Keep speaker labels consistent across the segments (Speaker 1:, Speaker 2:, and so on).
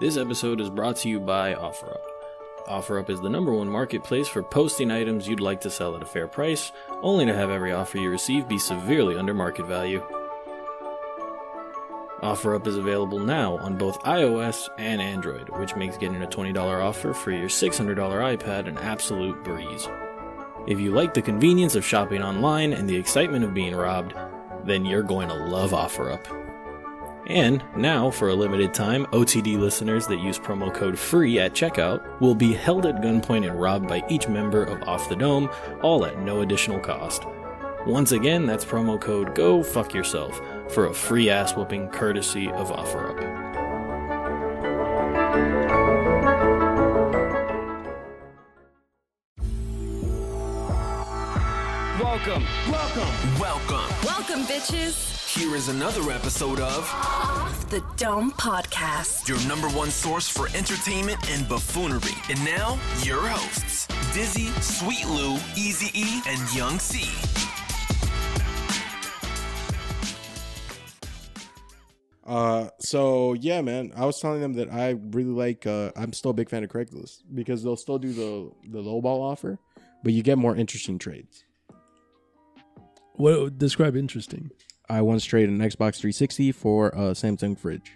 Speaker 1: This episode is brought to you by OfferUp. OfferUp is the number one marketplace for posting items you'd like to sell at a fair price, only to have every offer you receive be severely under market value. OfferUp is available now on both iOS and Android, which makes getting a $20 offer for your $600 iPad an absolute breeze. If you like the convenience of shopping online and the excitement of being robbed, then you're going to love OfferUp. And now, for a limited time, OTD listeners that use promo code FREE at checkout will be held at gunpoint and robbed by each member of Off the Dome, all at no additional cost. Once again, that's promo code GO FUCK YOURSELF for a free ass whooping courtesy of OfferUp.
Speaker 2: Welcome. Welcome. Welcome.
Speaker 3: Welcome, bitches.
Speaker 2: Here is another episode of
Speaker 3: Off the Dome Podcast.
Speaker 2: your number one source for entertainment and buffoonery. And now, your hosts Dizzy, Sweet Lou, Easy E, and Young C.
Speaker 4: Uh, so yeah, man, I was telling them that I really like. Uh, I'm still a big fan of Craigslist because they'll still do the the lowball offer, but you get more interesting trades.
Speaker 5: What describe interesting?
Speaker 4: I once traded an Xbox 360 for a Samsung fridge.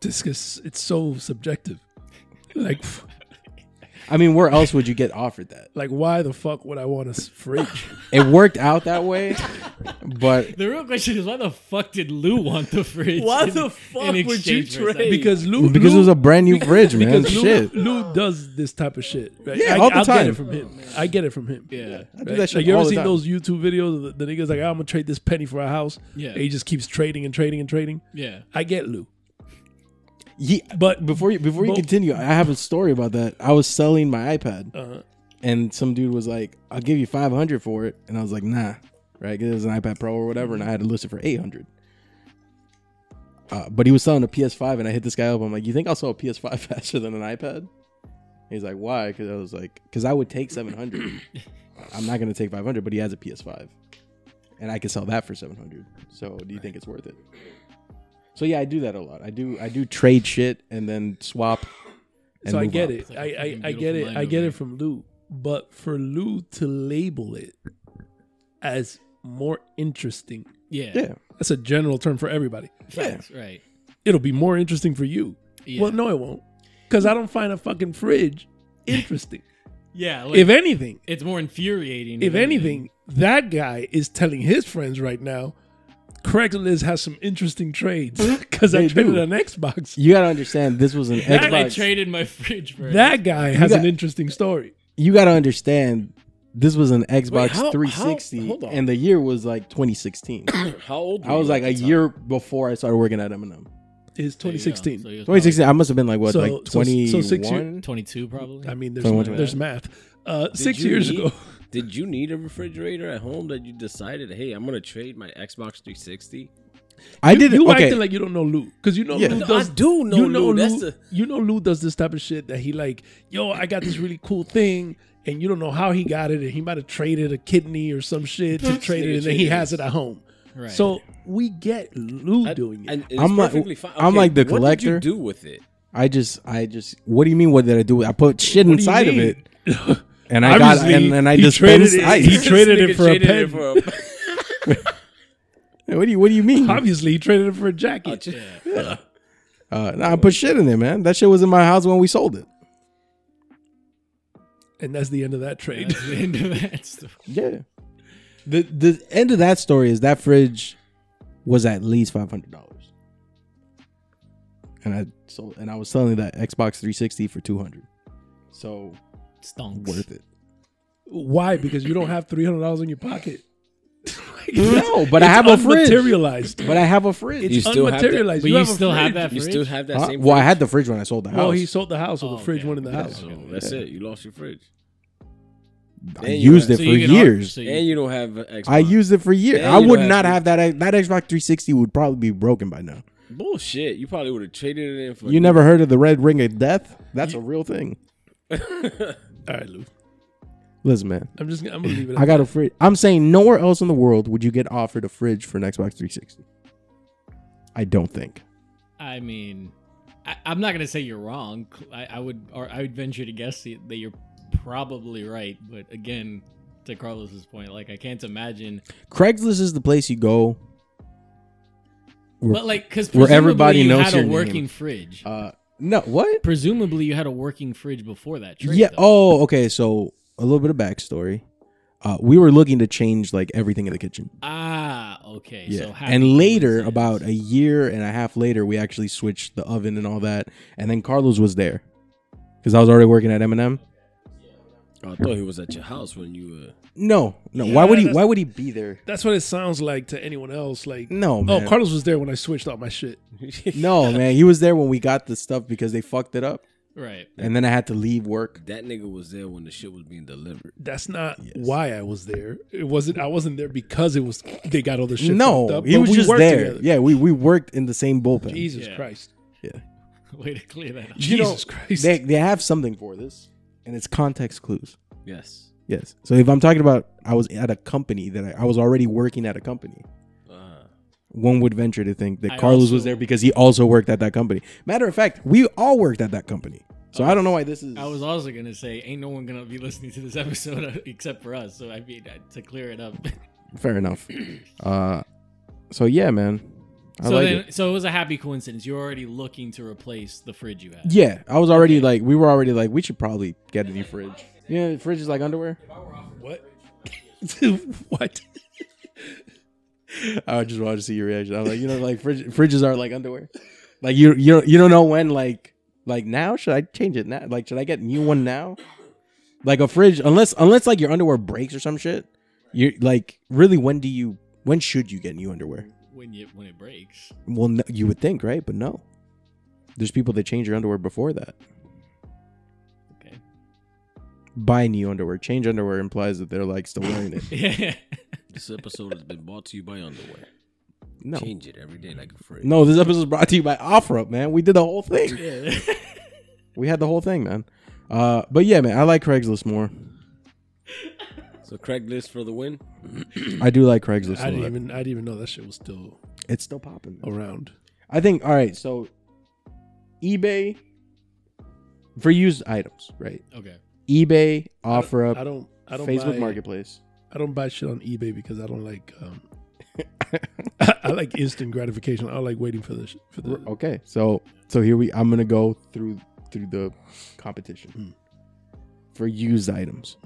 Speaker 5: This is it's so subjective. Like, f-
Speaker 4: I mean, where else would you get offered that?
Speaker 5: like why the fuck would I want a s- fridge?
Speaker 4: It worked out that way, but
Speaker 6: The real question is why the fuck did Lou want the fridge?
Speaker 7: Why
Speaker 6: in-
Speaker 7: the
Speaker 6: in
Speaker 7: fuck would you
Speaker 6: exchange for a
Speaker 7: trade?
Speaker 6: second?
Speaker 5: Because Lou,
Speaker 4: because it
Speaker 5: Lou,
Speaker 4: was a brand new fridge, man.
Speaker 5: Lou,
Speaker 4: Shit,
Speaker 5: Lou does this type of shit. Right?
Speaker 4: Yeah,
Speaker 5: I,
Speaker 4: all the
Speaker 5: I'll Get
Speaker 4: time.
Speaker 5: it from him. I get it from him.
Speaker 6: yeah,
Speaker 4: I do
Speaker 5: Right?
Speaker 4: that shit
Speaker 5: like you
Speaker 4: all
Speaker 5: ever
Speaker 4: the
Speaker 5: seen
Speaker 4: time.
Speaker 5: those YouTube videos? of The, the niggas like, I'm gonna trade this penny for a house.
Speaker 6: Yeah.
Speaker 5: and he just keeps trading and trading and trading.
Speaker 6: yeah.
Speaker 5: I get Lou.
Speaker 4: Yeah,
Speaker 5: But
Speaker 4: before you before you
Speaker 5: Well-
Speaker 4: continue, I have a story about that. I was selling my iPad,
Speaker 5: Uh-huh.
Speaker 4: and some dude was like, "I'll give you five hundred for it," and I was like, "Nah." Right, 'cause it was an iPad Pro or whatever, and I had to list it for eight hundred. Uh, but he was selling a PS5, and I hit this guy up. I'm like, "You think I'll sell a PS5 faster than an iPad?" And he's like, "Why?" Because I was like, "Because I would take seven hundred. I'm not gonna take five hundred, but he has a PS5, and I could sell that for seven hundred. So, do you think it's worth it?" So yeah, I do that a lot. I do I do trade shit and then swap.
Speaker 5: so I
Speaker 4: move
Speaker 5: get it.
Speaker 4: up.
Speaker 5: I, I,
Speaker 6: fucking
Speaker 5: I get it.
Speaker 6: beautiful mind
Speaker 5: I
Speaker 6: over
Speaker 5: get
Speaker 6: there.
Speaker 5: it from Lou. But for Lou to label it as more interesting,
Speaker 6: yeah,
Speaker 4: Yeah.
Speaker 5: that's a general term for everybody.
Speaker 6: Facts, right.
Speaker 5: It'll be more interesting for you.
Speaker 6: Yeah.
Speaker 5: Well, no, it won't. Because I don't find a fucking fridge interesting.
Speaker 6: yeah. Like,
Speaker 5: if anything,
Speaker 6: it's more infuriating.
Speaker 5: if anything, that guy is telling his friends right now, Craigslist has some interesting trades because I
Speaker 4: They
Speaker 5: traded
Speaker 4: do.
Speaker 5: an Xbox.
Speaker 4: You gotta understand this was an
Speaker 6: that I
Speaker 4: Xbox.
Speaker 6: traded my fridge for.
Speaker 5: That guy has
Speaker 4: got-
Speaker 5: an interesting story.
Speaker 4: you gotta understand this was an Xbox
Speaker 7: how- how-
Speaker 4: 360,
Speaker 7: hold on.
Speaker 4: and the year was like 2016.
Speaker 7: How old?
Speaker 4: I was like a year before I started working at Eminem.
Speaker 5: Is
Speaker 6: There you go.
Speaker 5: 2016.
Speaker 6: So he was probably
Speaker 4: 2016. I must have been like what,
Speaker 5: So-
Speaker 4: like
Speaker 5: so- so six
Speaker 4: 21.
Speaker 5: year-
Speaker 6: Twenty-two, probably.
Speaker 5: I mean, there's
Speaker 4: Someone to
Speaker 5: there's math. Uh, six
Speaker 7: you
Speaker 5: years
Speaker 7: need-
Speaker 5: ago,
Speaker 7: Did you need a refrigerator at home that you decided, hey, I'm gonna trade my Xbox 360?
Speaker 4: I did.
Speaker 5: you
Speaker 4: okay,
Speaker 5: acting like you don't know Lou because you know
Speaker 4: Yeah.
Speaker 5: Lou
Speaker 4: No,
Speaker 7: I
Speaker 5: does.
Speaker 7: do know
Speaker 5: you know
Speaker 7: Lou. That's the-
Speaker 5: you know Lou does this type of shit that he like. Yo, I got this really cool thing, and you don't know how he got it, and he might have traded a kidney or some shit to trade it, and then he has it at home.
Speaker 6: Right.
Speaker 5: So we get Lou doing it.
Speaker 7: And it's
Speaker 4: I'm like-
Speaker 7: perfectly fine.
Speaker 4: I'm like the collector.
Speaker 7: What did you do with it?
Speaker 4: I just, I just. What do you mean? What did I do? I put shit
Speaker 5: What do you
Speaker 4: inside of
Speaker 5: mean?
Speaker 4: it, and I got,
Speaker 5: Obviously,
Speaker 4: and, and I
Speaker 5: he
Speaker 4: dispensed
Speaker 5: traded it-
Speaker 4: ice.
Speaker 5: he traded it
Speaker 7: Nigga
Speaker 5: for a
Speaker 7: traded
Speaker 5: pen.
Speaker 7: for a-
Speaker 4: what do you, what do you mean?
Speaker 5: Obviously, he traded it for a jacket.
Speaker 7: Oh,
Speaker 4: Uh, nah, I put shit in there, man. That shit was in my house when we sold it.
Speaker 5: and that's the end of that trade.
Speaker 6: That's the end of that story.
Speaker 4: Yeah. The the end of that story is that fridge was at least five hundred dollars, and I sold and I was selling that Xbox 360 for two hundred. So
Speaker 6: Stonks.
Speaker 4: worth it.
Speaker 5: Why? Because you don't have three hundred dollars in your pocket.
Speaker 4: No, but I have a fridge.
Speaker 5: Materialized.
Speaker 4: But I have a fridge.
Speaker 7: You still have that.
Speaker 5: unmaterialized.
Speaker 6: But you,
Speaker 5: have a
Speaker 6: still have
Speaker 5: fridge.
Speaker 6: that.
Speaker 7: You
Speaker 6: Fridge?
Speaker 7: still have that
Speaker 4: Huh?
Speaker 7: same.
Speaker 4: Well, I
Speaker 7: fridge?
Speaker 4: had the fridge when I sold the house.
Speaker 5: Well, he sold the house, so
Speaker 6: Oh,
Speaker 5: the fridge
Speaker 6: okay.
Speaker 5: went in the house.
Speaker 7: So Oh, that's it. You lost your fridge,
Speaker 4: I
Speaker 7: and you
Speaker 4: used
Speaker 7: have-
Speaker 4: it
Speaker 6: So
Speaker 4: for
Speaker 6: you can argue-
Speaker 4: years.
Speaker 6: so you-
Speaker 7: and you don't have an Xbox.
Speaker 4: I used it for years.
Speaker 7: Yeah,
Speaker 4: I
Speaker 7: you
Speaker 4: would
Speaker 7: don't
Speaker 4: not have
Speaker 7: have
Speaker 4: that. That Xbox 360 would probably be broken by now.
Speaker 7: bullshit. You probably would have traded it in for.
Speaker 4: You never heard of the Red Ring of Death? That's a real thing.
Speaker 5: All right, Lou.
Speaker 4: Listen, man.
Speaker 5: I'm just gonna- I'm gonna leave it.
Speaker 4: I got a fridge. I'm saying nowhere else in the world would you get offered a fridge for an Xbox 360. I don't think.
Speaker 6: I mean, I, I'm not gonna say you're wrong. I, I would, or I would venture to guess that you're probably right. But again, to Carlos's point, like I can't imagine.
Speaker 4: Craigslist is the place you go. Where-
Speaker 6: But like, because
Speaker 4: where everybody
Speaker 6: you
Speaker 4: knows
Speaker 6: had
Speaker 4: your
Speaker 6: a
Speaker 4: name.
Speaker 6: working fridge.
Speaker 4: Uh, no, what?
Speaker 6: presumably, you had a working fridge before that. Trade,
Speaker 4: Yeah.
Speaker 6: though.
Speaker 4: Oh, okay. So a little bit of backstory. Uh, we were looking to change like everything in the kitchen.
Speaker 6: Ah, okay.
Speaker 4: Yeah.
Speaker 6: So happy
Speaker 4: and later,
Speaker 6: coincidence.
Speaker 4: about a year and a half later, we actually switched the oven and all that. And then Carlos was there because I was already working at Eminem.
Speaker 7: Oh, I thought he was at your house when you were.
Speaker 4: No, no.
Speaker 5: Yeah,
Speaker 4: why would he?
Speaker 5: that's-
Speaker 4: Why would he be there?
Speaker 5: That's what it sounds like to anyone else. Like,
Speaker 4: No,
Speaker 5: oh,
Speaker 4: man.
Speaker 5: Carlos was there when I switched out my shit.
Speaker 4: no, man. He was there when we got the stuff because they fucked it up,
Speaker 6: right.
Speaker 4: and then I had to leave work.
Speaker 7: That nigga was there when the shit was being delivered.
Speaker 5: That's not why I was there. It wasn't. I wasn't there because it was. They got all the shit. fucked
Speaker 4: No,
Speaker 5: up,
Speaker 4: he
Speaker 5: but
Speaker 4: was
Speaker 5: we
Speaker 4: just
Speaker 5: worked
Speaker 4: there.
Speaker 5: together.
Speaker 4: Yeah, we we worked in the same bullpen.
Speaker 5: Jesus
Speaker 6: Yeah.
Speaker 5: Christ.
Speaker 6: Way to clear that up.
Speaker 4: You know,
Speaker 5: Jesus Christ.
Speaker 4: They they have something for this, and it's context clues.
Speaker 7: Yes.
Speaker 4: Yes. So if I'm talking about, I was at a company that I, I was already working at a company.
Speaker 7: Uh,
Speaker 4: One would venture to think that
Speaker 6: I
Speaker 4: Carlos was
Speaker 6: also-
Speaker 4: there because he also worked at that company. Matter of fact, we all worked at that company. So I don't know why this is.
Speaker 6: I was also gonna say, ain't no one gonna be listening to this episode uh, except for us. So I mean, uh, to clear it up.
Speaker 4: fair enough. Uh, so yeah, man, I
Speaker 6: so
Speaker 4: like
Speaker 6: then,
Speaker 4: it.
Speaker 6: so it was a happy coincidence. You're already looking to replace the fridge you had.
Speaker 4: Yeah, I was already like, we were already like, we should probably get a new fridge. Yeah, the fridge is like underwear.
Speaker 5: What? what?
Speaker 4: I would just wanted to see your reaction. I'm like, you know, like fridge, fridges are like underwear. Like you, you, don't- you don't know when. Like, like now, should I change it now? Like, should I get a new one now? Like a fridge, unless unless like your underwear breaks or some shit. You like really? When do you? When should you get new underwear?
Speaker 6: When you when it breaks,
Speaker 4: Well, no, you would think, right? But no. There's people that change your underwear before that.
Speaker 6: okay.
Speaker 4: Buy new underwear. Change underwear implies that they're like still wearing it.
Speaker 6: Yeah.
Speaker 7: this episode has been brought to you by underwear.
Speaker 4: No.
Speaker 7: Change it every day like a fridge.
Speaker 4: No, this episode is brought to you by OfferUp, man. We did the whole thing.
Speaker 6: yeah.
Speaker 4: We had the whole thing, man. Uh, but yeah, man, I like Craigslist more.
Speaker 7: So Craigslist for the win.
Speaker 4: I do like Craigslist.
Speaker 5: I
Speaker 4: a
Speaker 5: didn't
Speaker 4: lot.
Speaker 5: even. I didn't even know that shit was still
Speaker 4: It's still popping. man.
Speaker 5: around.
Speaker 4: I think. All right, so eBay for used items, right?
Speaker 6: Okay.
Speaker 4: eBay,
Speaker 5: I don't-
Speaker 4: OfferUp,
Speaker 5: I don't. I don't.
Speaker 4: Uh, Facebook
Speaker 5: buy,
Speaker 4: Marketplace.
Speaker 5: I don't buy shit on eBay because I don't like. Um, I, I like instant gratification. I like waiting for the sh- for the.
Speaker 4: R- Okay, so so here we. I'm gonna go through through the competition for used items.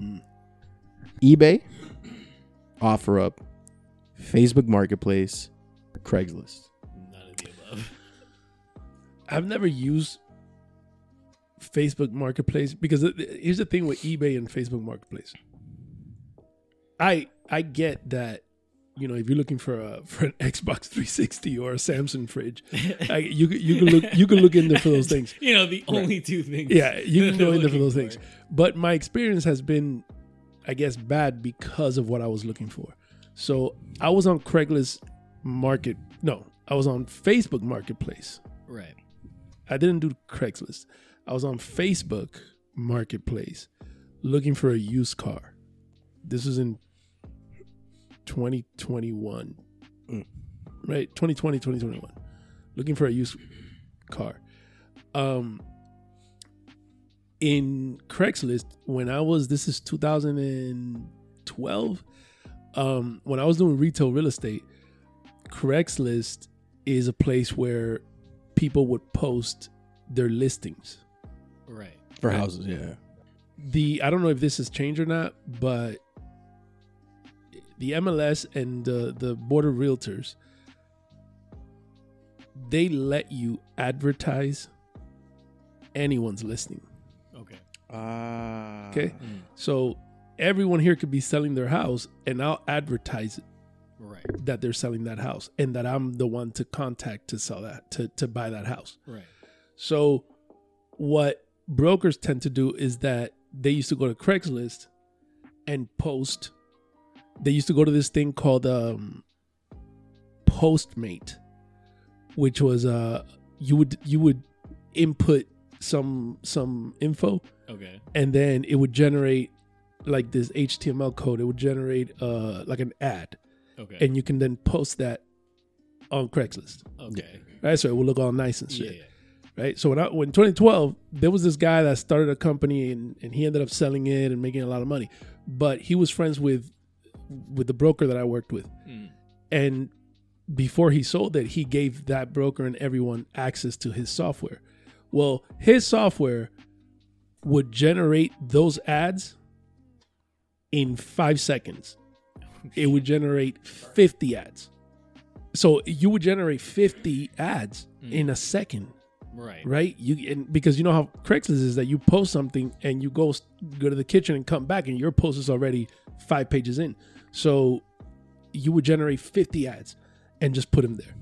Speaker 4: eBay, OfferUp, Facebook Marketplace, Craigslist.
Speaker 6: None of the above.
Speaker 5: I've never used Facebook Marketplace because th- th- here's the thing with eBay and Facebook Marketplace. I I get that you know if you're looking for a for an Xbox 360 or a Samsung fridge, I, you could- you can look you can look in there for those things.
Speaker 6: You know, the only two things.
Speaker 5: Yeah, you
Speaker 6: that
Speaker 5: can
Speaker 6: they're
Speaker 5: go in there for
Speaker 6: looking
Speaker 5: those things. But my experience has been, I guess, bad because of what I was looking for. So I was on Craigslist Market. No, I was on Facebook Marketplace.
Speaker 6: Right.
Speaker 5: I didn't do Craigslist. I was on Facebook Marketplace looking for a used car. This was in 2021. Right? 2020, 2021. Looking for a used car. Um in Craigslist when I was this is 2012 um when I was doing retail real estate Craigslist is a place where people would post their listings.
Speaker 6: Right.
Speaker 4: For houses, yeah.
Speaker 5: The I don't know if this has changed or not, but the MLS and the the board of realtors they let you advertise anyone's listing.
Speaker 6: Okay.
Speaker 4: Ah.
Speaker 5: Okay? So everyone here could be selling their house and I'll advertise it
Speaker 6: Right.
Speaker 5: that they're selling that house and that I'm the one to contact to sell that to to buy that house.
Speaker 6: Right.
Speaker 5: So, what brokers tend to do is that they used to go to Craigslist and post. They used to go to this thing called um, Postmate, which was uh, you would you would input some some info
Speaker 6: Okay.
Speaker 5: and then it would generate like this HTML code. It would generate uh like an ad,
Speaker 6: Okay.
Speaker 5: and you can then post that on Craigslist.
Speaker 6: okay.
Speaker 5: Right, so it will look all nice and
Speaker 6: Yeah.
Speaker 5: shit.
Speaker 6: yeah.
Speaker 5: Right, so when I, when 2012, there was this guy that started a company and, and he ended up selling it and making a lot of money, but he was friends with with the broker that I worked with,
Speaker 6: Mm.
Speaker 5: and before he sold it, he gave that broker and everyone access to his software. Well, his software would generate those ads in five seconds. It would generate 50 ads. So you would generate 50 ads in a second,
Speaker 6: Right.
Speaker 5: right? You and because you know how Craigslist is that you post something and you go s- go to the kitchen and come back and your post is already five pages in. So you would generate 50 ads and just put them there.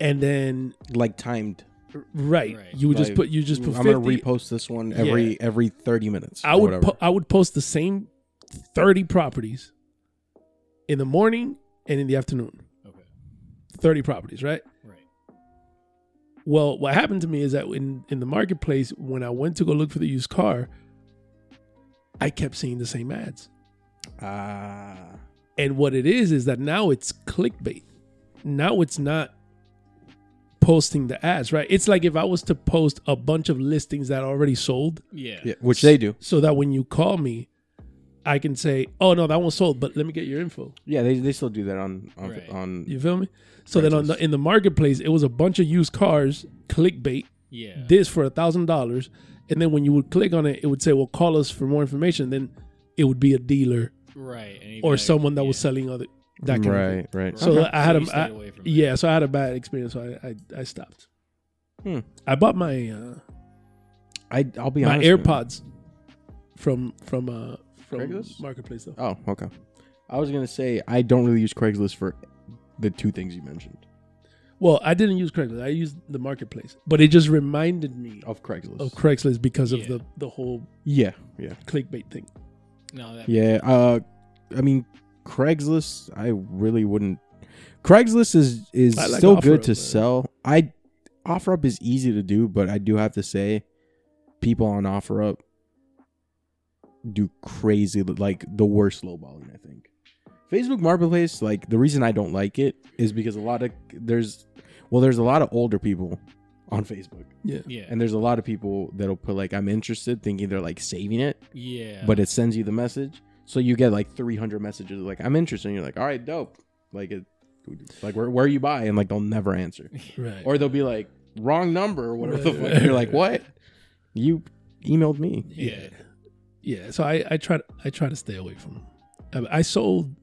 Speaker 5: And then
Speaker 4: like timed.
Speaker 5: right,
Speaker 6: Right.
Speaker 5: you would just
Speaker 4: Like,
Speaker 5: put you just put
Speaker 4: I'm
Speaker 5: 50
Speaker 4: gonna repost this one every
Speaker 5: Yeah.
Speaker 4: every 30 minutes.
Speaker 5: I
Speaker 4: or
Speaker 5: would
Speaker 4: whatever.
Speaker 5: po- I would post the same 30 properties in the morning and in the afternoon.
Speaker 6: Okay.
Speaker 5: 30 properties, right?
Speaker 6: Right.
Speaker 5: Well, what happened to me is that in in the marketplace when I went to go look for the used car, I kept seeing the same ads.
Speaker 4: Ah.
Speaker 5: And what it is is that now it's clickbait. Now it's not posting the ads, right? It's like if I was to post a bunch of listings that already sold
Speaker 6: Yeah.
Speaker 4: yeah, which they do.
Speaker 5: so that when you call me, I can say, "Oh no, that one's sold," but let me get your info.
Speaker 4: Yeah, they, they still do that on on,
Speaker 6: Right.
Speaker 4: on
Speaker 5: You feel me? So then on the in the marketplace, it was a bunch of used cars, clickbait,
Speaker 6: Yeah.
Speaker 5: this for a thousand dollars, and then when you would click on it, it would say, "Well, call us for more information." Then it would be a dealer
Speaker 6: right. and he'd
Speaker 5: or
Speaker 6: like-
Speaker 5: someone that was
Speaker 6: yeah.
Speaker 5: selling other that kind of thing.
Speaker 4: right, right.
Speaker 5: So
Speaker 6: Okay.
Speaker 5: I had
Speaker 6: So
Speaker 5: a
Speaker 6: you stayed
Speaker 5: I-
Speaker 6: away from it.
Speaker 5: yeah, so I had a bad experience. So I I, I stopped.
Speaker 4: Hmm.
Speaker 5: I bought my uh,
Speaker 4: I I'll be
Speaker 5: my
Speaker 4: honest. man.
Speaker 5: AirPods from from uh from
Speaker 4: Craigslist?
Speaker 5: marketplace though.
Speaker 4: Oh, okay. I was gonna say I don't really use Craigslist for the two things you mentioned
Speaker 5: Well, I didn't use Craigslist. I used the marketplace, but it just reminded me of,
Speaker 4: of Craigslist.
Speaker 5: Oh, Craigslist because of
Speaker 6: Yeah.
Speaker 5: the the whole
Speaker 4: yeah, yeah,
Speaker 5: clickbait thing.
Speaker 6: No. That,
Speaker 4: yeah. Uh, I mean Craigslist. I really wouldn't. Craigslist is is
Speaker 5: I like
Speaker 4: still good
Speaker 5: OfferUp,
Speaker 4: to
Speaker 5: but-
Speaker 4: sell. I OfferUp is easy to do, but I do have to say, people on OfferUp do crazy like the worst lowballing. I think Facebook Marketplace. Like the reason I don't like it is because a lot of there's well there's a lot of older people on Facebook.
Speaker 5: Yeah.
Speaker 6: Yeah.
Speaker 4: And there's a lot of people that'll put like I'm interested, thinking they're like saving it,
Speaker 6: yeah.
Speaker 4: but it sends you the message. So you get like 300 messages like I'm interested. And you're like, all right, dope. Like it, like where where you buy, and like they'll never answer,
Speaker 5: Right.
Speaker 4: or they'll be like wrong number or whatever the
Speaker 5: Right,
Speaker 4: fuck.
Speaker 5: right,
Speaker 4: you're like,
Speaker 5: right,
Speaker 4: what? You emailed me.
Speaker 6: yeah.
Speaker 5: yeah. So I I try to, I try to stay away from. Them. I, I sold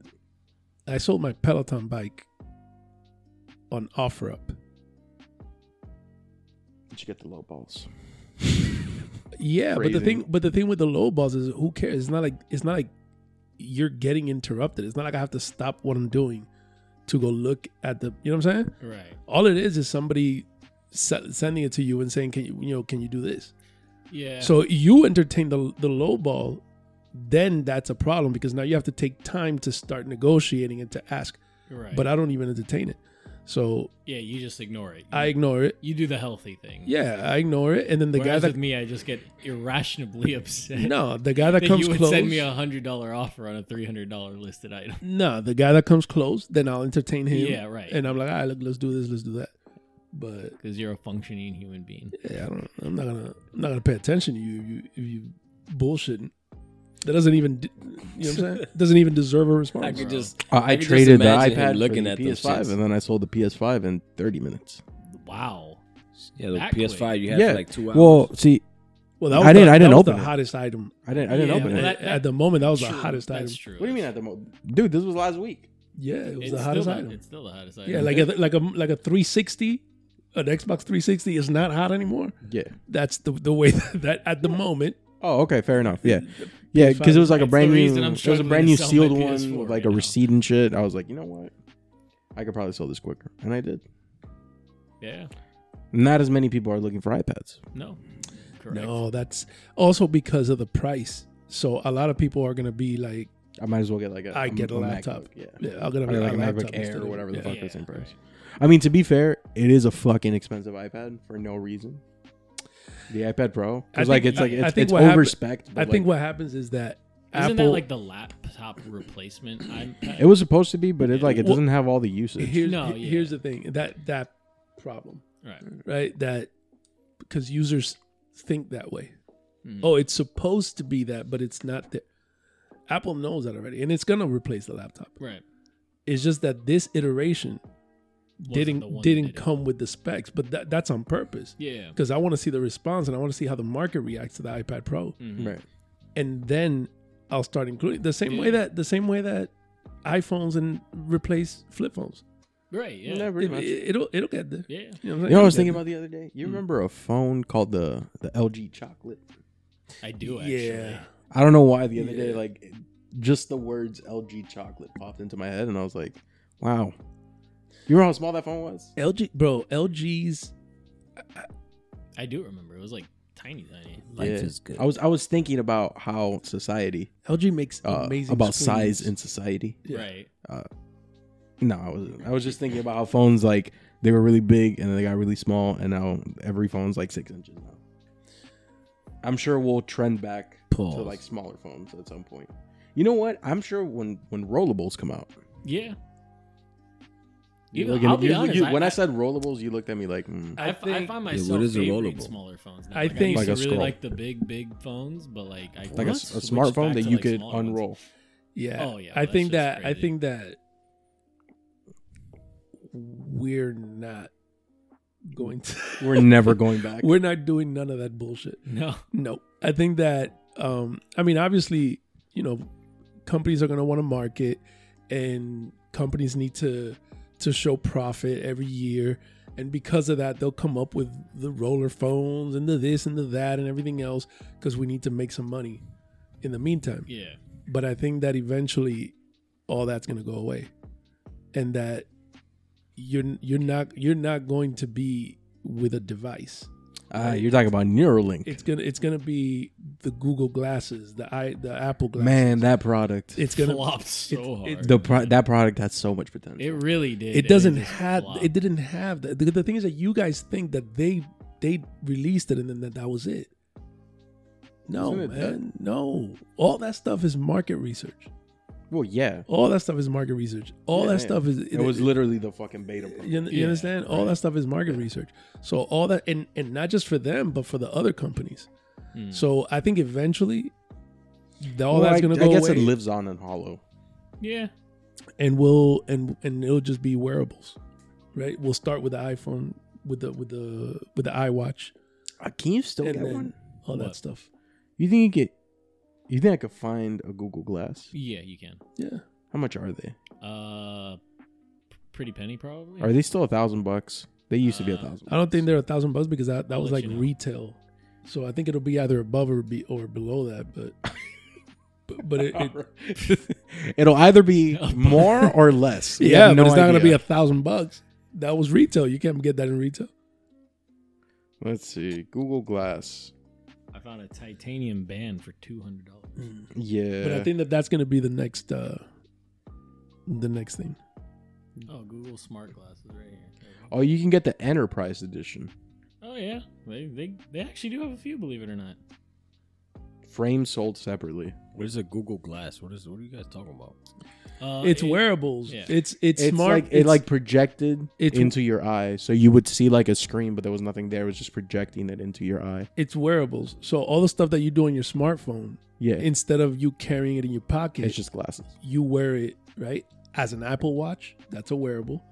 Speaker 5: I sold my Peloton bike on OfferUp.
Speaker 4: Did you get the low balls?
Speaker 5: Yeah, but
Speaker 4: Phrasing.
Speaker 5: the thing, but the thing with the low balls is, who cares? It's not like it's not like you're getting interrupted. It's not like I have to stop what I'm doing to go look at the. You know what I'm saying?
Speaker 6: Right.
Speaker 5: All it is is somebody se- sending it to you and saying, "Can you, you know, can you do this?"
Speaker 6: Yeah.
Speaker 5: So you entertain the the low ball, then that's a problem because now you have to take time to start negotiating and to ask.
Speaker 6: Right.
Speaker 5: But I don't even entertain it, so
Speaker 6: yeah, you just ignore it. You,
Speaker 5: I ignore it.
Speaker 6: you do the healthy thing.
Speaker 5: Yeah, I ignore it, and then the
Speaker 6: Whereas
Speaker 5: guy
Speaker 6: with
Speaker 5: that
Speaker 6: me, I just get irrationally upset.
Speaker 5: no, the guy that,
Speaker 6: that
Speaker 5: comes
Speaker 6: you would
Speaker 5: close
Speaker 6: send me a hundred dollar offer on a three hundred dollar listed item.
Speaker 5: No, the guy that comes close, then I'll entertain him.
Speaker 6: Yeah, right.
Speaker 5: And I'm like, all right, look, let's do this, let's do that. But
Speaker 6: Because you're a functioning human being.
Speaker 5: yeah, I don't. I'm not gonna. I'm not gonna pay attention to you if you if you bullshitting. That doesn't even. d- You know what I'm saying? Doesn't even deserve a response.
Speaker 7: I could just.
Speaker 4: Uh, I,
Speaker 7: I could just
Speaker 4: traded the
Speaker 7: imagine him
Speaker 4: iPad
Speaker 7: looking
Speaker 4: looking
Speaker 7: at
Speaker 4: at
Speaker 7: those
Speaker 4: PS5,
Speaker 7: shits.
Speaker 4: and then I sold the PS5 in 30 minutes.
Speaker 6: Wow.
Speaker 7: Yeah, the
Speaker 6: That
Speaker 7: PS5 you had for like two hours.
Speaker 4: Well, see,
Speaker 5: well, that was
Speaker 4: I didn't-
Speaker 5: The,
Speaker 4: I didn't
Speaker 5: that was
Speaker 4: open
Speaker 5: the
Speaker 4: it.
Speaker 5: hottest item
Speaker 4: I didn't. I didn't
Speaker 6: Yeah,
Speaker 4: open
Speaker 6: well,
Speaker 4: it.
Speaker 6: that-
Speaker 5: at the moment. That was the
Speaker 6: True.
Speaker 5: hottest item.
Speaker 6: That's true.
Speaker 4: What do you mean at the moment, dude? This was last week.
Speaker 5: Yeah, it was
Speaker 6: It's
Speaker 5: the
Speaker 6: still
Speaker 5: hottest
Speaker 6: the-
Speaker 5: item.
Speaker 6: It's still the hottest item.
Speaker 5: Yeah, like uh, a like a like a 360, an Xbox 360 is not hot anymore.
Speaker 4: Yeah.
Speaker 5: That's the the way that, that at the moment.
Speaker 4: Oh, okay, fair enough. Yeah, yeah, because it was like a
Speaker 6: That's
Speaker 4: brand
Speaker 6: the
Speaker 4: new,
Speaker 6: reason I'm
Speaker 4: it was a
Speaker 6: struggling
Speaker 4: brand
Speaker 6: to
Speaker 4: new
Speaker 6: sell my
Speaker 4: sealed one, with
Speaker 6: PS4
Speaker 4: like
Speaker 6: right
Speaker 4: a
Speaker 6: now.
Speaker 4: receipt and shit. I was like, you know what, I could probably sell this quicker, and I did.
Speaker 6: Yeah.
Speaker 4: Not as many people are looking for iPads.
Speaker 6: No. Correct.
Speaker 5: No, that's also because of the price. So a lot of people are going to be like,
Speaker 4: I might as well get like a.
Speaker 5: I get a
Speaker 4: MacBook,
Speaker 5: laptop.
Speaker 4: Yeah,
Speaker 5: yeah, I'm going to
Speaker 4: I get like a
Speaker 5: laptop
Speaker 4: MacBook Air
Speaker 5: instead
Speaker 4: or
Speaker 5: of-
Speaker 4: whatever the
Speaker 5: yeah.
Speaker 4: fuck
Speaker 6: Yeah,
Speaker 4: the same price.
Speaker 6: right.
Speaker 4: I mean, to be fair, it is a fucking expensive iPad for no reason. The iPad Pro,
Speaker 5: I
Speaker 4: because like
Speaker 5: think-
Speaker 4: it's like
Speaker 5: I- I
Speaker 4: it's,
Speaker 5: think
Speaker 4: it's
Speaker 5: what happened-
Speaker 4: over spec.
Speaker 5: I think what happens is that
Speaker 6: Isn't
Speaker 5: Apple-
Speaker 6: that like the laptop replacement? I'm, I,
Speaker 4: It was supposed to be, but it like it
Speaker 5: Well-
Speaker 4: doesn't have all the usage.
Speaker 5: Here's,
Speaker 6: No,
Speaker 5: he- here's
Speaker 6: yeah.
Speaker 5: the thing that that problem,
Speaker 6: right.
Speaker 5: right? That because users think that way.
Speaker 6: Mhm.
Speaker 5: Oh, it's supposed to be that, but it's not there. Apple knows that already, and it's gonna replace the laptop.
Speaker 6: Right.
Speaker 5: It's just that this iteration
Speaker 6: Wasn't the
Speaker 5: didn't
Speaker 6: one that
Speaker 5: didn't
Speaker 6: did it.
Speaker 5: come with the specs, but that, that's on purpose
Speaker 6: Yeah.
Speaker 5: because I want to see the response and I want to see how the market reacts to the iPad Pro,
Speaker 6: Mhm.
Speaker 4: Right.
Speaker 5: and then I'll start including the same way
Speaker 6: Yeah.
Speaker 5: that the same way that iPhones and replace flip phones.
Speaker 6: Right. Yeah.
Speaker 4: Yeah, pretty
Speaker 5: It,
Speaker 4: much.
Speaker 5: will it'll get there.
Speaker 6: Yeah.
Speaker 5: You know, what I'm saying?
Speaker 4: You know what I was
Speaker 5: It'll get
Speaker 4: thinking
Speaker 5: there.
Speaker 4: about the other day? You remember a phone called the the LG Chocolate?
Speaker 6: I do actually.
Speaker 5: Yeah.
Speaker 4: I don't know why the other day
Speaker 5: Yeah.
Speaker 4: like it- just the words LG Chocolate popped into my head, and I was like, wow. You remember how small that phone was?
Speaker 5: LG, bro. LG's
Speaker 6: I do remember. It was like tiny, tiny.
Speaker 7: Life
Speaker 4: Yeah.
Speaker 7: is good.
Speaker 4: I was I was thinking about how society
Speaker 5: LG makes
Speaker 4: uh,
Speaker 5: amazing
Speaker 4: about
Speaker 5: screens.
Speaker 4: size in society.
Speaker 5: Yeah.
Speaker 6: Right.
Speaker 4: No, I was I was just thinking about how phones like they were really big and then they got really small, and now every phone's like six inches now. I'm sure we'll trend back
Speaker 7: Pause.
Speaker 4: to like smaller phones at some point. You know what? I'm sure when when rollables come out.
Speaker 6: Yeah.
Speaker 4: you're
Speaker 6: Even,
Speaker 4: looking-
Speaker 6: I'll be
Speaker 4: you're-
Speaker 6: honest.
Speaker 4: you-
Speaker 6: I,
Speaker 4: when I, said rollables, you looked at me like, mm.
Speaker 6: I,
Speaker 5: I
Speaker 6: f- I
Speaker 5: think-
Speaker 6: find
Speaker 7: Yeah, what
Speaker 6: myself
Speaker 7: is a
Speaker 6: favoring
Speaker 7: rollable?
Speaker 6: smaller phones. Now.
Speaker 5: I
Speaker 6: Like,
Speaker 5: think-
Speaker 6: I
Speaker 4: Like
Speaker 6: used
Speaker 4: a
Speaker 6: to really
Speaker 4: scroll.
Speaker 6: like the big, big phones, but like I
Speaker 4: like a, s- a
Speaker 6: switched
Speaker 4: smartphone
Speaker 6: back
Speaker 4: that
Speaker 6: to,
Speaker 4: you
Speaker 6: like,
Speaker 4: could
Speaker 6: smaller ones.
Speaker 4: unroll.
Speaker 5: Yeah.
Speaker 6: Oh, yeah,
Speaker 5: I
Speaker 6: that's
Speaker 5: think
Speaker 6: just
Speaker 5: that I
Speaker 6: crazy.
Speaker 5: think that we're not going to.
Speaker 4: We're never going back.
Speaker 5: we're not doing none of that bullshit.
Speaker 6: No.
Speaker 5: No, I think that um I mean obviously you know companies are going to want to market and companies need to to show profit every year and because of that they'll come up with the roller phones and the this and the that and everything else because we need to make some money in the meantime
Speaker 6: Yeah.
Speaker 5: but I think that eventually all that's going to go away, and that you're you're not you're not going to be with a device.
Speaker 4: Ah, you're talking about Neuralink.
Speaker 5: It's gonna it's gonna be the Google glasses, the i the Apple glasses.
Speaker 4: Man, that product.
Speaker 5: it's gonna
Speaker 6: flopped so
Speaker 5: it's-
Speaker 6: hard.
Speaker 4: the pro- that product has so much potential.
Speaker 6: it really did.
Speaker 5: it doesn't
Speaker 6: just
Speaker 5: have
Speaker 6: flopped.
Speaker 5: it didn't have that. The, the thing is that you guys think that they they released it and then that, that was it. No,
Speaker 4: Isn't it
Speaker 5: man,
Speaker 4: that-
Speaker 5: no. All that stuff is market research.
Speaker 4: well, yeah.
Speaker 5: All that stuff is market research. All
Speaker 4: Yeah,
Speaker 5: that
Speaker 4: yeah.
Speaker 5: stuff is
Speaker 4: It was literally the fucking beta. product.
Speaker 5: You, you
Speaker 6: Yeah,
Speaker 5: understand? All that stuff is market research. So all that, and and not just for them, but for the other companies.
Speaker 6: Mm.
Speaker 5: So I think eventually, th- all
Speaker 4: Well,
Speaker 5: that's
Speaker 4: I-
Speaker 5: going to
Speaker 4: I
Speaker 5: go
Speaker 4: guess
Speaker 5: away,
Speaker 4: it lives on in Hollow.
Speaker 6: Yeah.
Speaker 5: and we'll and and it'll just be wearables, right? We'll start with the iPhone, with the with the with the iWatch,
Speaker 4: Uh, Can you still
Speaker 5: and
Speaker 4: get
Speaker 5: then
Speaker 4: one?
Speaker 5: all that
Speaker 6: What?
Speaker 5: stuff.
Speaker 4: You think you get? You think I could find a Google Glass?
Speaker 6: Yeah, you can.
Speaker 5: Yeah,
Speaker 4: How much are they?
Speaker 6: Uh, p- pretty penny probably.
Speaker 4: Are they still a thousand bucks? They used to be a
Speaker 6: Uh,
Speaker 4: thousand.
Speaker 5: I don't think they're a thousand bucks because that that
Speaker 6: I'll
Speaker 5: was
Speaker 6: let
Speaker 5: like
Speaker 6: you know.
Speaker 5: retail. So I think it'll be either above or be or below that, but. But, but it, it
Speaker 4: It'll either be more or less. We
Speaker 5: yeah,
Speaker 4: have
Speaker 5: but it's not going to be
Speaker 4: idea.
Speaker 5: a thousand bucks. That was retail. You can't get that in retail.
Speaker 4: Let's see, Google Glass.
Speaker 6: I found a titanium band for two hundred dollars.
Speaker 5: Mm.
Speaker 4: Yeah,
Speaker 5: But I think that that's going to be the next, uh the next thing.
Speaker 6: Oh, Google Smart Glasses right here.
Speaker 4: oh, you can get the Enterprise Edition,
Speaker 6: Oh yeah, they they they actually do have a few, believe it or not.
Speaker 4: frame sold separately.
Speaker 7: Where's a Google Glass? What is? What are you guys talking about?
Speaker 6: Uh,
Speaker 5: it's
Speaker 6: it-
Speaker 5: wearables.
Speaker 6: yeah.
Speaker 5: It's, it's
Speaker 4: it's
Speaker 5: smart.
Speaker 4: like it like projected
Speaker 5: it's-
Speaker 4: into your eye, so you would see like a screen, but there was nothing there. It was just projecting it into your eye.
Speaker 5: it's wearables. So all the stuff that you do on your smartphone,
Speaker 4: Yeah,
Speaker 5: instead of you carrying it in your pocket,
Speaker 4: it's just glasses.
Speaker 5: you wear it right as an Apple Watch. That's a wearable.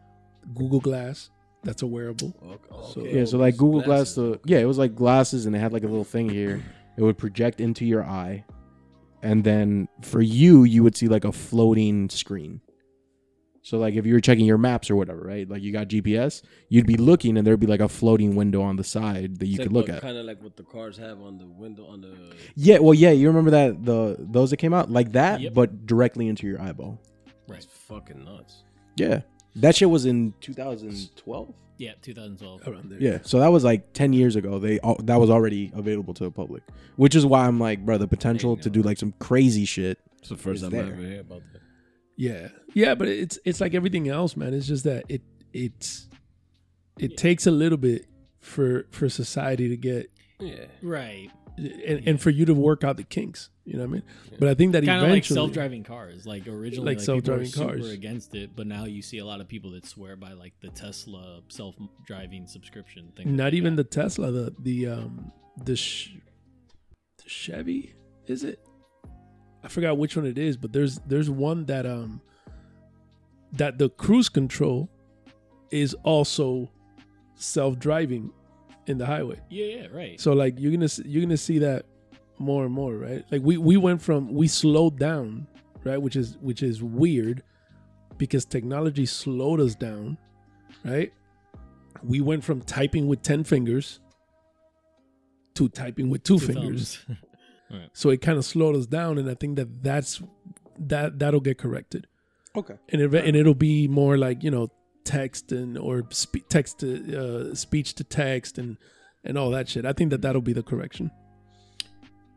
Speaker 5: Google Glass. That's a wearable.
Speaker 7: Okay.
Speaker 5: So-
Speaker 4: Yeah, so like Google Glass, the yeah, it was like glasses, and it had like a little thing here. It would project into your eye, and then for you, you would see like a floating screen. So like if you were checking your maps or whatever, right? Like you got GPS, you'd be looking, and there'd be like a floating window on the side that you could look at.
Speaker 7: Kind of like what the cars have on the window on the.
Speaker 4: Yeah, well, yeah, you remember that the those that came out like that,
Speaker 6: Yep.
Speaker 4: but directly into your eyeball.
Speaker 7: That's fucking nuts.
Speaker 4: Yeah, that shit was in 2012.
Speaker 6: Yeah, 2012.
Speaker 5: Around there.
Speaker 4: Yeah, so that was like ten years ago. They al- that was already available to the public, which is why I'm like, bro, the potential to do like some crazy shit.
Speaker 7: It's the first
Speaker 4: It's
Speaker 7: time I
Speaker 4: there.
Speaker 7: ever hear about that.
Speaker 5: Yeah. Yeah, but it's it's like everything else, man. It's just that it it's it takes a little bit for for society to get
Speaker 7: Yeah.
Speaker 6: Right.
Speaker 5: and, and for you to work out the kinks. You know what I mean? But I think that
Speaker 6: Kind of
Speaker 5: eventually,
Speaker 6: like self-driving cars. Like originally,
Speaker 5: Like
Speaker 6: like, people were
Speaker 5: self-driving
Speaker 6: super
Speaker 5: cars.
Speaker 6: against it, but now you see a lot of people that swear by like the Tesla self-driving subscription thing.
Speaker 5: not even the Tesla, the the um the, sh- the Chevy is it? I forgot which one it is, but there's there's one that um that the cruise control is also self-driving in the highway.
Speaker 6: Yeah, yeah, right.
Speaker 5: So like you're gonna s- you're gonna see that more and more, right? Like we we went from we slowed down, right? Which is which is weird because technology slowed us down, right? We went from typing with ten fingers to typing with two,
Speaker 6: Two
Speaker 5: fingers.
Speaker 6: thumbs.
Speaker 5: So it kind of slowed us down, and I think that that's that that'll get corrected.
Speaker 4: Okay.
Speaker 5: And it, and it'll be more like you know text and or spe- text to uh, speech to text and and all that shit. I think that that'll be the correction.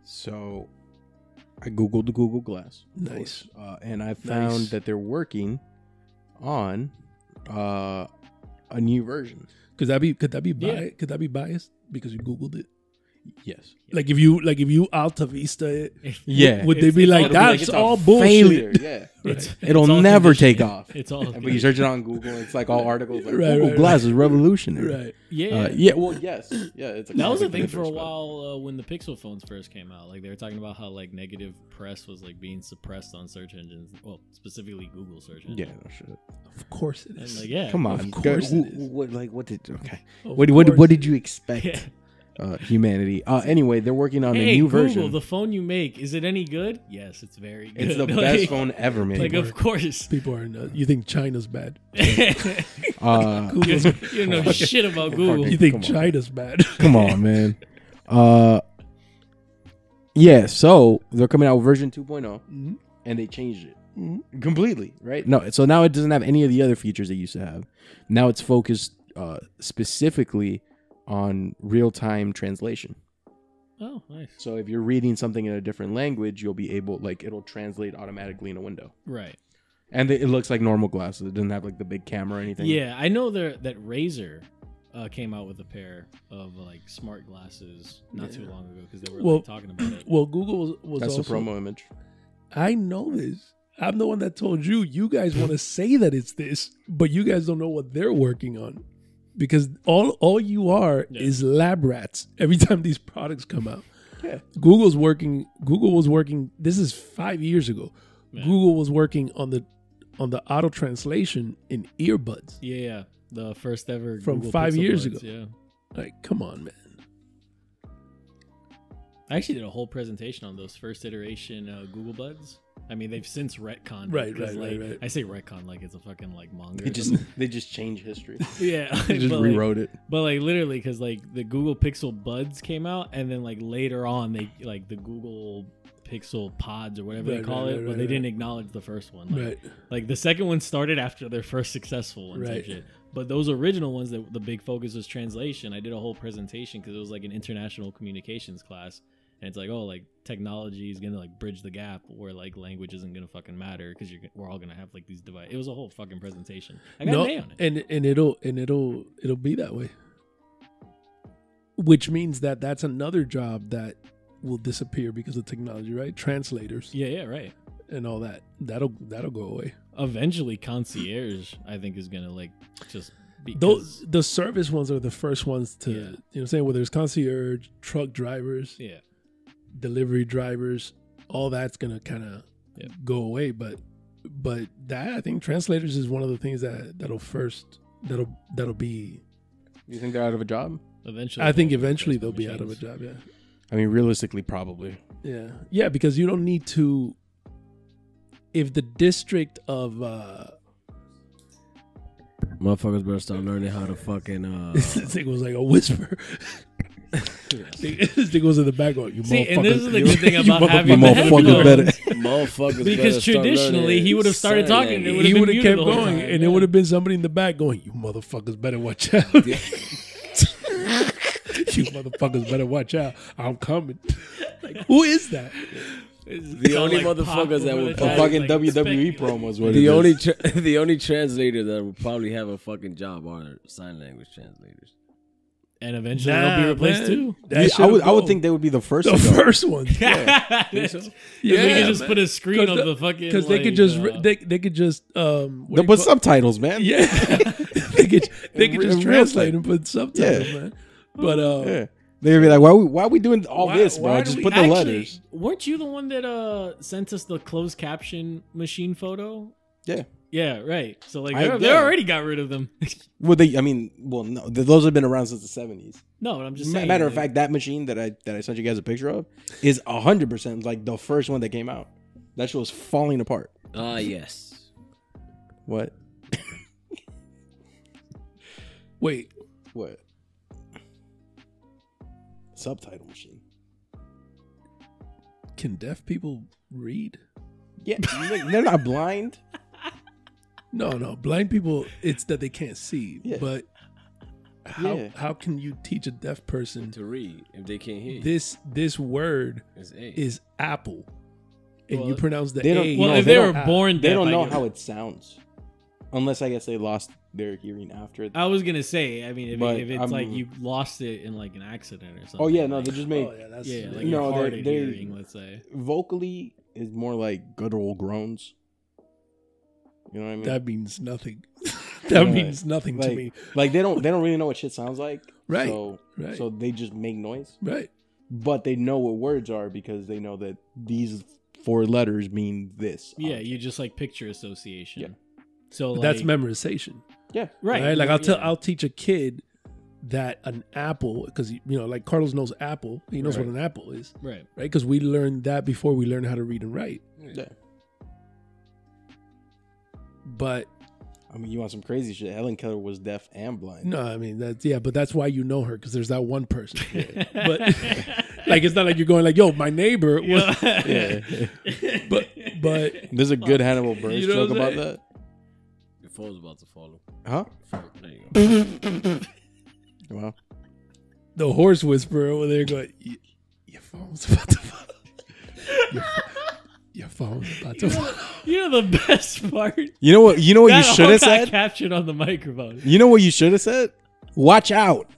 Speaker 4: So I googled the Google Glass, of
Speaker 5: Nice.
Speaker 4: course, uh, and I found
Speaker 5: Nice.
Speaker 4: that they're working on uh, a new version.
Speaker 5: Could that be could that be
Speaker 6: Yeah.
Speaker 5: biased? Could that be biased because you googled it?
Speaker 4: Yes.
Speaker 5: Like if you like if you Alta Vista it,
Speaker 4: Yeah.
Speaker 5: would they
Speaker 6: It's-
Speaker 5: be
Speaker 6: it's
Speaker 5: like
Speaker 6: all-
Speaker 5: that's
Speaker 6: it's
Speaker 5: all bullshit?
Speaker 4: Yeah.
Speaker 6: It's-
Speaker 4: It'll
Speaker 6: it's all
Speaker 4: never
Speaker 6: conditioning.
Speaker 4: take off.
Speaker 6: It's all
Speaker 4: But you search it on Google, it's like all articles. Like,
Speaker 5: Right,
Speaker 4: Google
Speaker 5: right,
Speaker 4: Glass is revolutionary.
Speaker 5: Right.
Speaker 6: yeah.
Speaker 4: Uh, yeah. Well, yes. Yeah. It's a
Speaker 6: That was a
Speaker 4: classic
Speaker 6: thing for a
Speaker 4: difference, but-
Speaker 6: while uh, when the Pixel phones first came out. Like they were talking about how like negative press was like being suppressed on search engines, well specifically Google search engines.
Speaker 4: Yeah. No shit.
Speaker 5: Of course it
Speaker 6: And
Speaker 5: is.
Speaker 6: like yeah,
Speaker 4: Come on.
Speaker 5: Of course
Speaker 4: Go-
Speaker 5: it
Speaker 4: wh-
Speaker 5: is.
Speaker 4: wh- What, like what did? Okay.
Speaker 5: Of
Speaker 4: What, what, what
Speaker 5: course.
Speaker 4: did you expect?
Speaker 6: Yeah.
Speaker 4: Uh, humanity. Uh, anyway, they're working on
Speaker 6: hey
Speaker 4: a new
Speaker 6: Google,
Speaker 4: version.
Speaker 6: the phone you make is it any good? Yes, it's very good.
Speaker 4: it's the
Speaker 6: Like-
Speaker 4: best phone ever made.
Speaker 6: Like of course,
Speaker 5: people are nuts. You think China's bad?
Speaker 4: Uh,
Speaker 6: you don't know shit about Google.
Speaker 5: You
Speaker 4: Fucking-
Speaker 5: think
Speaker 4: come on.
Speaker 5: China's bad?
Speaker 4: come on, man. Uh, yeah. So they're coming out with version 2.0,
Speaker 5: Mhm.
Speaker 4: and they changed it
Speaker 5: Mhm.
Speaker 4: completely, right? No, so now it doesn't have any of the other features it used to have. Now it's focused uh, specifically on real-time translation.
Speaker 6: Oh, nice.
Speaker 4: So if you're reading something in a different language, you'll be able, like, it'll translate automatically in a window.
Speaker 6: Right.
Speaker 4: And it it looks like normal glasses. It doesn't have like the big camera or anything.
Speaker 6: Yeah, I know there that Razer uh, came out with a pair of like smart glasses not too long ago because they were
Speaker 5: Well-
Speaker 6: like, talking about it.
Speaker 5: well, Google was, was
Speaker 4: that's the
Speaker 5: also.
Speaker 4: promo image.
Speaker 5: I know this. I'm the one that told you. You guys want to say that it's this, but you guys don't know what they're working on, because all all you are
Speaker 6: Yeah.
Speaker 5: is lab rats. Every time these products come out, Google's working. Google was working. This is five years ago.
Speaker 6: Yeah.
Speaker 5: Google was working on the on the auto translation in earbuds.
Speaker 6: Yeah, yeah. The first ever
Speaker 5: From
Speaker 6: Google
Speaker 5: five
Speaker 6: Pixel
Speaker 5: years
Speaker 6: Buds,
Speaker 5: ago.
Speaker 6: Yeah.
Speaker 5: Like, come on, man.
Speaker 6: I actually did a whole presentation on those first iteration uh, Google Buds. I mean, they've since retconned. it,
Speaker 5: Right,
Speaker 6: 'cause,
Speaker 5: right, right,
Speaker 6: like,
Speaker 5: right.
Speaker 6: I say retcon like it's a fucking like manga.
Speaker 4: They
Speaker 6: or
Speaker 4: just
Speaker 6: something.
Speaker 4: they just changed history.
Speaker 6: yeah.
Speaker 4: They just
Speaker 6: but, like-
Speaker 4: rewrote it.
Speaker 6: but like literally, because like the Google Pixel Buds came out, and then like later on, they like the Google Pixel Pods or whatever they
Speaker 5: Right,
Speaker 6: call
Speaker 5: right,
Speaker 6: it,
Speaker 5: right,
Speaker 6: but
Speaker 5: right,
Speaker 6: they
Speaker 5: right.
Speaker 6: didn't acknowledge the first one. Like,
Speaker 5: right.
Speaker 6: Like the second one started after their first successful one, type
Speaker 5: Right.
Speaker 6: shit. But those original ones that the big focus was translation. I did a whole presentation because it was like an international communications class, and it's like, oh, like technology is gonna like bridge the gap where like language isn't gonna fucking matter because you're g- we're all gonna have like these devices. It was a whole fucking presentation. I got
Speaker 5: no,
Speaker 6: an A on it.
Speaker 5: and and it'll and it'll it'll be that way. Which means that that's another job that will disappear because of technology, right? Translators
Speaker 6: yeah, yeah, right.
Speaker 5: and all that. That'll that'll go away.
Speaker 6: Eventually, concierge I think is gonna like just be
Speaker 5: Those the service ones are the first ones to
Speaker 6: Yeah.
Speaker 5: you know what I'm saying whether it's concierge, truck drivers,
Speaker 6: yeah.
Speaker 5: delivery drivers, all that's gonna kind of
Speaker 6: Yeah.
Speaker 5: go away. But but that I think translators is one of the things that that'll first that'll that'll be.
Speaker 4: You think they're out of a job?
Speaker 6: Eventually,
Speaker 5: I think
Speaker 6: they'll be
Speaker 5: eventually
Speaker 6: replaced by
Speaker 5: they'll be out of a
Speaker 6: machines.
Speaker 5: job. Yeah.
Speaker 4: I mean, realistically, probably.
Speaker 5: Yeah. Yeah, because you don't need to if the district of uh
Speaker 7: Motherfuckers better start learning how to fucking. Uh,
Speaker 5: this thing was like a whisper. this thing was in the background. You
Speaker 6: See,
Speaker 5: motherfuckers.
Speaker 6: and this is the good thing about
Speaker 5: motherfucker-
Speaker 6: having the
Speaker 4: motherfucker better-
Speaker 6: headphones.
Speaker 7: motherfuckers better
Speaker 6: Because
Speaker 7: start learning
Speaker 6: traditionally, he would have started
Speaker 7: sign
Speaker 6: talking, it
Speaker 7: language.
Speaker 6: would've
Speaker 5: he
Speaker 6: been
Speaker 5: would have
Speaker 6: muted
Speaker 5: kept
Speaker 6: the whole
Speaker 5: going,
Speaker 6: time,
Speaker 5: and
Speaker 6: yeah.
Speaker 5: it would have been somebody in the back going, "You motherfuckers better watch out! you motherfuckers better watch out! I'm coming." like, who is that?
Speaker 7: The only motherfuckers that
Speaker 6: would
Speaker 7: would- A
Speaker 4: A fucking WWE promo is what it
Speaker 7: The
Speaker 4: is.
Speaker 7: only tra- the only translator that will probably have a fucking job are sign language translators.
Speaker 6: and eventually
Speaker 5: Nah,
Speaker 6: they'll be replaced
Speaker 5: man.
Speaker 6: too.
Speaker 5: That
Speaker 4: Yeah, I
Speaker 5: shit'll
Speaker 4: would I would
Speaker 5: go.
Speaker 4: think they would be the first.
Speaker 5: the
Speaker 4: to go.
Speaker 5: first one.
Speaker 6: Think so? 'Cause
Speaker 5: Yeah,
Speaker 6: they could just
Speaker 5: man.
Speaker 6: put a screen
Speaker 5: 'Cause
Speaker 6: of
Speaker 5: the-
Speaker 6: the, fucking
Speaker 5: because they could
Speaker 6: like,
Speaker 5: just
Speaker 6: uh,
Speaker 5: they, they could just um what
Speaker 4: They
Speaker 5: do you
Speaker 4: put
Speaker 5: call-
Speaker 4: subtitles, man.
Speaker 5: yeah they could they could
Speaker 4: In
Speaker 5: just
Speaker 4: real
Speaker 5: translate
Speaker 4: time.
Speaker 5: and put subtitles
Speaker 4: Yeah.
Speaker 5: man but uh
Speaker 4: Yeah. They would be like, why we, why are we doing all
Speaker 6: why-
Speaker 4: this, bro?
Speaker 6: why do
Speaker 4: Just
Speaker 6: we-
Speaker 4: put the
Speaker 6: actually,
Speaker 4: letters.
Speaker 6: Weren't you the one that uh sent us the closed caption machine photo?
Speaker 4: Yeah.
Speaker 6: Yeah, right. So like
Speaker 4: I-
Speaker 6: they're- they
Speaker 4: yeah.
Speaker 6: already got rid of them.
Speaker 4: Well, they. I mean, well, no, th- those have been around since the seventies.
Speaker 6: no, but I'm just saying.
Speaker 4: Matter of
Speaker 6: like,
Speaker 4: fact, that machine that I that I sent you guys a picture of is hundred percent like the first one that came out. That shit was falling apart.
Speaker 7: Ah, yes.
Speaker 4: What?
Speaker 5: wait
Speaker 4: What? Subtitle machine.
Speaker 5: can deaf people read
Speaker 4: Yeah, they- they're not blind.
Speaker 5: no no blind people it's that they can't see
Speaker 4: Yeah.
Speaker 5: but how
Speaker 4: Yeah.
Speaker 5: how can you teach a deaf person
Speaker 7: To read if they can't hear. you.
Speaker 5: this this word
Speaker 7: It's A.
Speaker 5: is apple and you
Speaker 6: Well,
Speaker 5: pronounce the
Speaker 4: they don't-
Speaker 5: a
Speaker 6: well,
Speaker 4: no,
Speaker 6: if
Speaker 4: they
Speaker 6: they,
Speaker 4: don't
Speaker 6: were
Speaker 5: have-
Speaker 6: born deaf,
Speaker 4: They don't
Speaker 6: I
Speaker 4: know
Speaker 6: guess.
Speaker 4: how it sounds, unless I guess they lost their hearing after.
Speaker 6: I was gonna say. I mean, if,
Speaker 4: But
Speaker 6: it, if it's
Speaker 4: I'm-
Speaker 6: like you lost it in like an accident or something.
Speaker 4: oh yeah, no,
Speaker 6: like,
Speaker 4: they just made
Speaker 5: oh, yeah, that's,
Speaker 6: yeah, like
Speaker 4: No,
Speaker 6: your
Speaker 4: they're-
Speaker 6: hard in
Speaker 4: they're-
Speaker 6: hearing. Let's say.
Speaker 4: vocally is more like good old groans. You know what I mean?
Speaker 5: that means nothing that
Speaker 4: Yeah,
Speaker 5: means nothing
Speaker 4: like,
Speaker 5: to me
Speaker 4: like they don't they don't really know what shit sounds like.
Speaker 5: Right,
Speaker 4: So
Speaker 5: right.
Speaker 4: so they just make noise,
Speaker 5: right
Speaker 4: but they know what words are because they know that these four letters mean this.
Speaker 6: Yeah,
Speaker 4: object.
Speaker 6: you just like picture association. So
Speaker 5: But
Speaker 6: like,
Speaker 5: that's memorization
Speaker 4: yeah.
Speaker 5: right,
Speaker 6: right.
Speaker 5: like i'll tell
Speaker 6: yeah.
Speaker 5: i'll teach a kid that an apple because you know like carlos knows apple he knows what an apple is
Speaker 6: right.
Speaker 5: right because we learned that before we learned how to read and write
Speaker 4: Yeah.
Speaker 5: but
Speaker 4: I mean, you want some crazy shit? Helen Keller was deaf and blind.
Speaker 5: no i mean that's yeah but that's why you know her because there's that one person but like it's not like you're going like yo my neighbor was
Speaker 4: Yeah.
Speaker 5: but but
Speaker 4: There's a good Hannibal Buress
Speaker 5: You know
Speaker 4: joke
Speaker 5: what
Speaker 4: about
Speaker 5: I'm
Speaker 4: that.
Speaker 7: Your phone's about to follow.
Speaker 4: Huh?
Speaker 7: There you go.
Speaker 4: Well,
Speaker 5: the horse whisperer over there going "Y- your phone's about to fall your, your phone's about to fall
Speaker 6: you know the best part.
Speaker 4: you know what? You know what you
Speaker 6: That all
Speaker 4: should have
Speaker 6: got
Speaker 4: said.
Speaker 6: captured on the microphone.
Speaker 4: You know what you should have said. Watch out!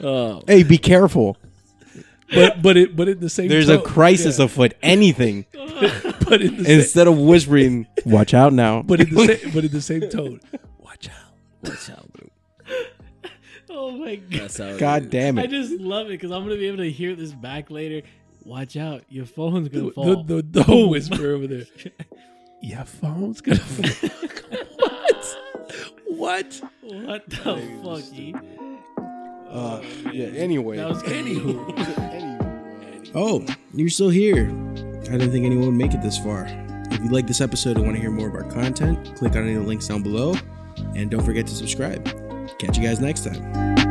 Speaker 7: Oh,
Speaker 4: Hey, be careful.
Speaker 5: but but it but in the same
Speaker 4: There's a
Speaker 5: tone-
Speaker 4: crisis afoot. Anything
Speaker 5: but in the same,
Speaker 4: instead of whispering, "Watch out now."
Speaker 5: but in the same but in the same tone watch out
Speaker 7: that's how. It,
Speaker 6: Oh my god!
Speaker 7: that's how. it
Speaker 4: God
Speaker 7: is.
Speaker 4: damn
Speaker 6: I
Speaker 4: it!
Speaker 6: just love it because I'm gonna be able to hear this back later. Watch out, your phone's gonna fall. Oh
Speaker 5: the, the, the whole whisper over there. Your phone's gonna. what? What?
Speaker 6: what the fuck? E?
Speaker 4: Uh, yeah. Anyway.
Speaker 6: That was anywho.
Speaker 8: Oh, you're still here. I didn't think anyone would make it this far. If you like this episode and want to hear more of our content, click on any of the links down below. And don't forget to subscribe. Catch you guys next time.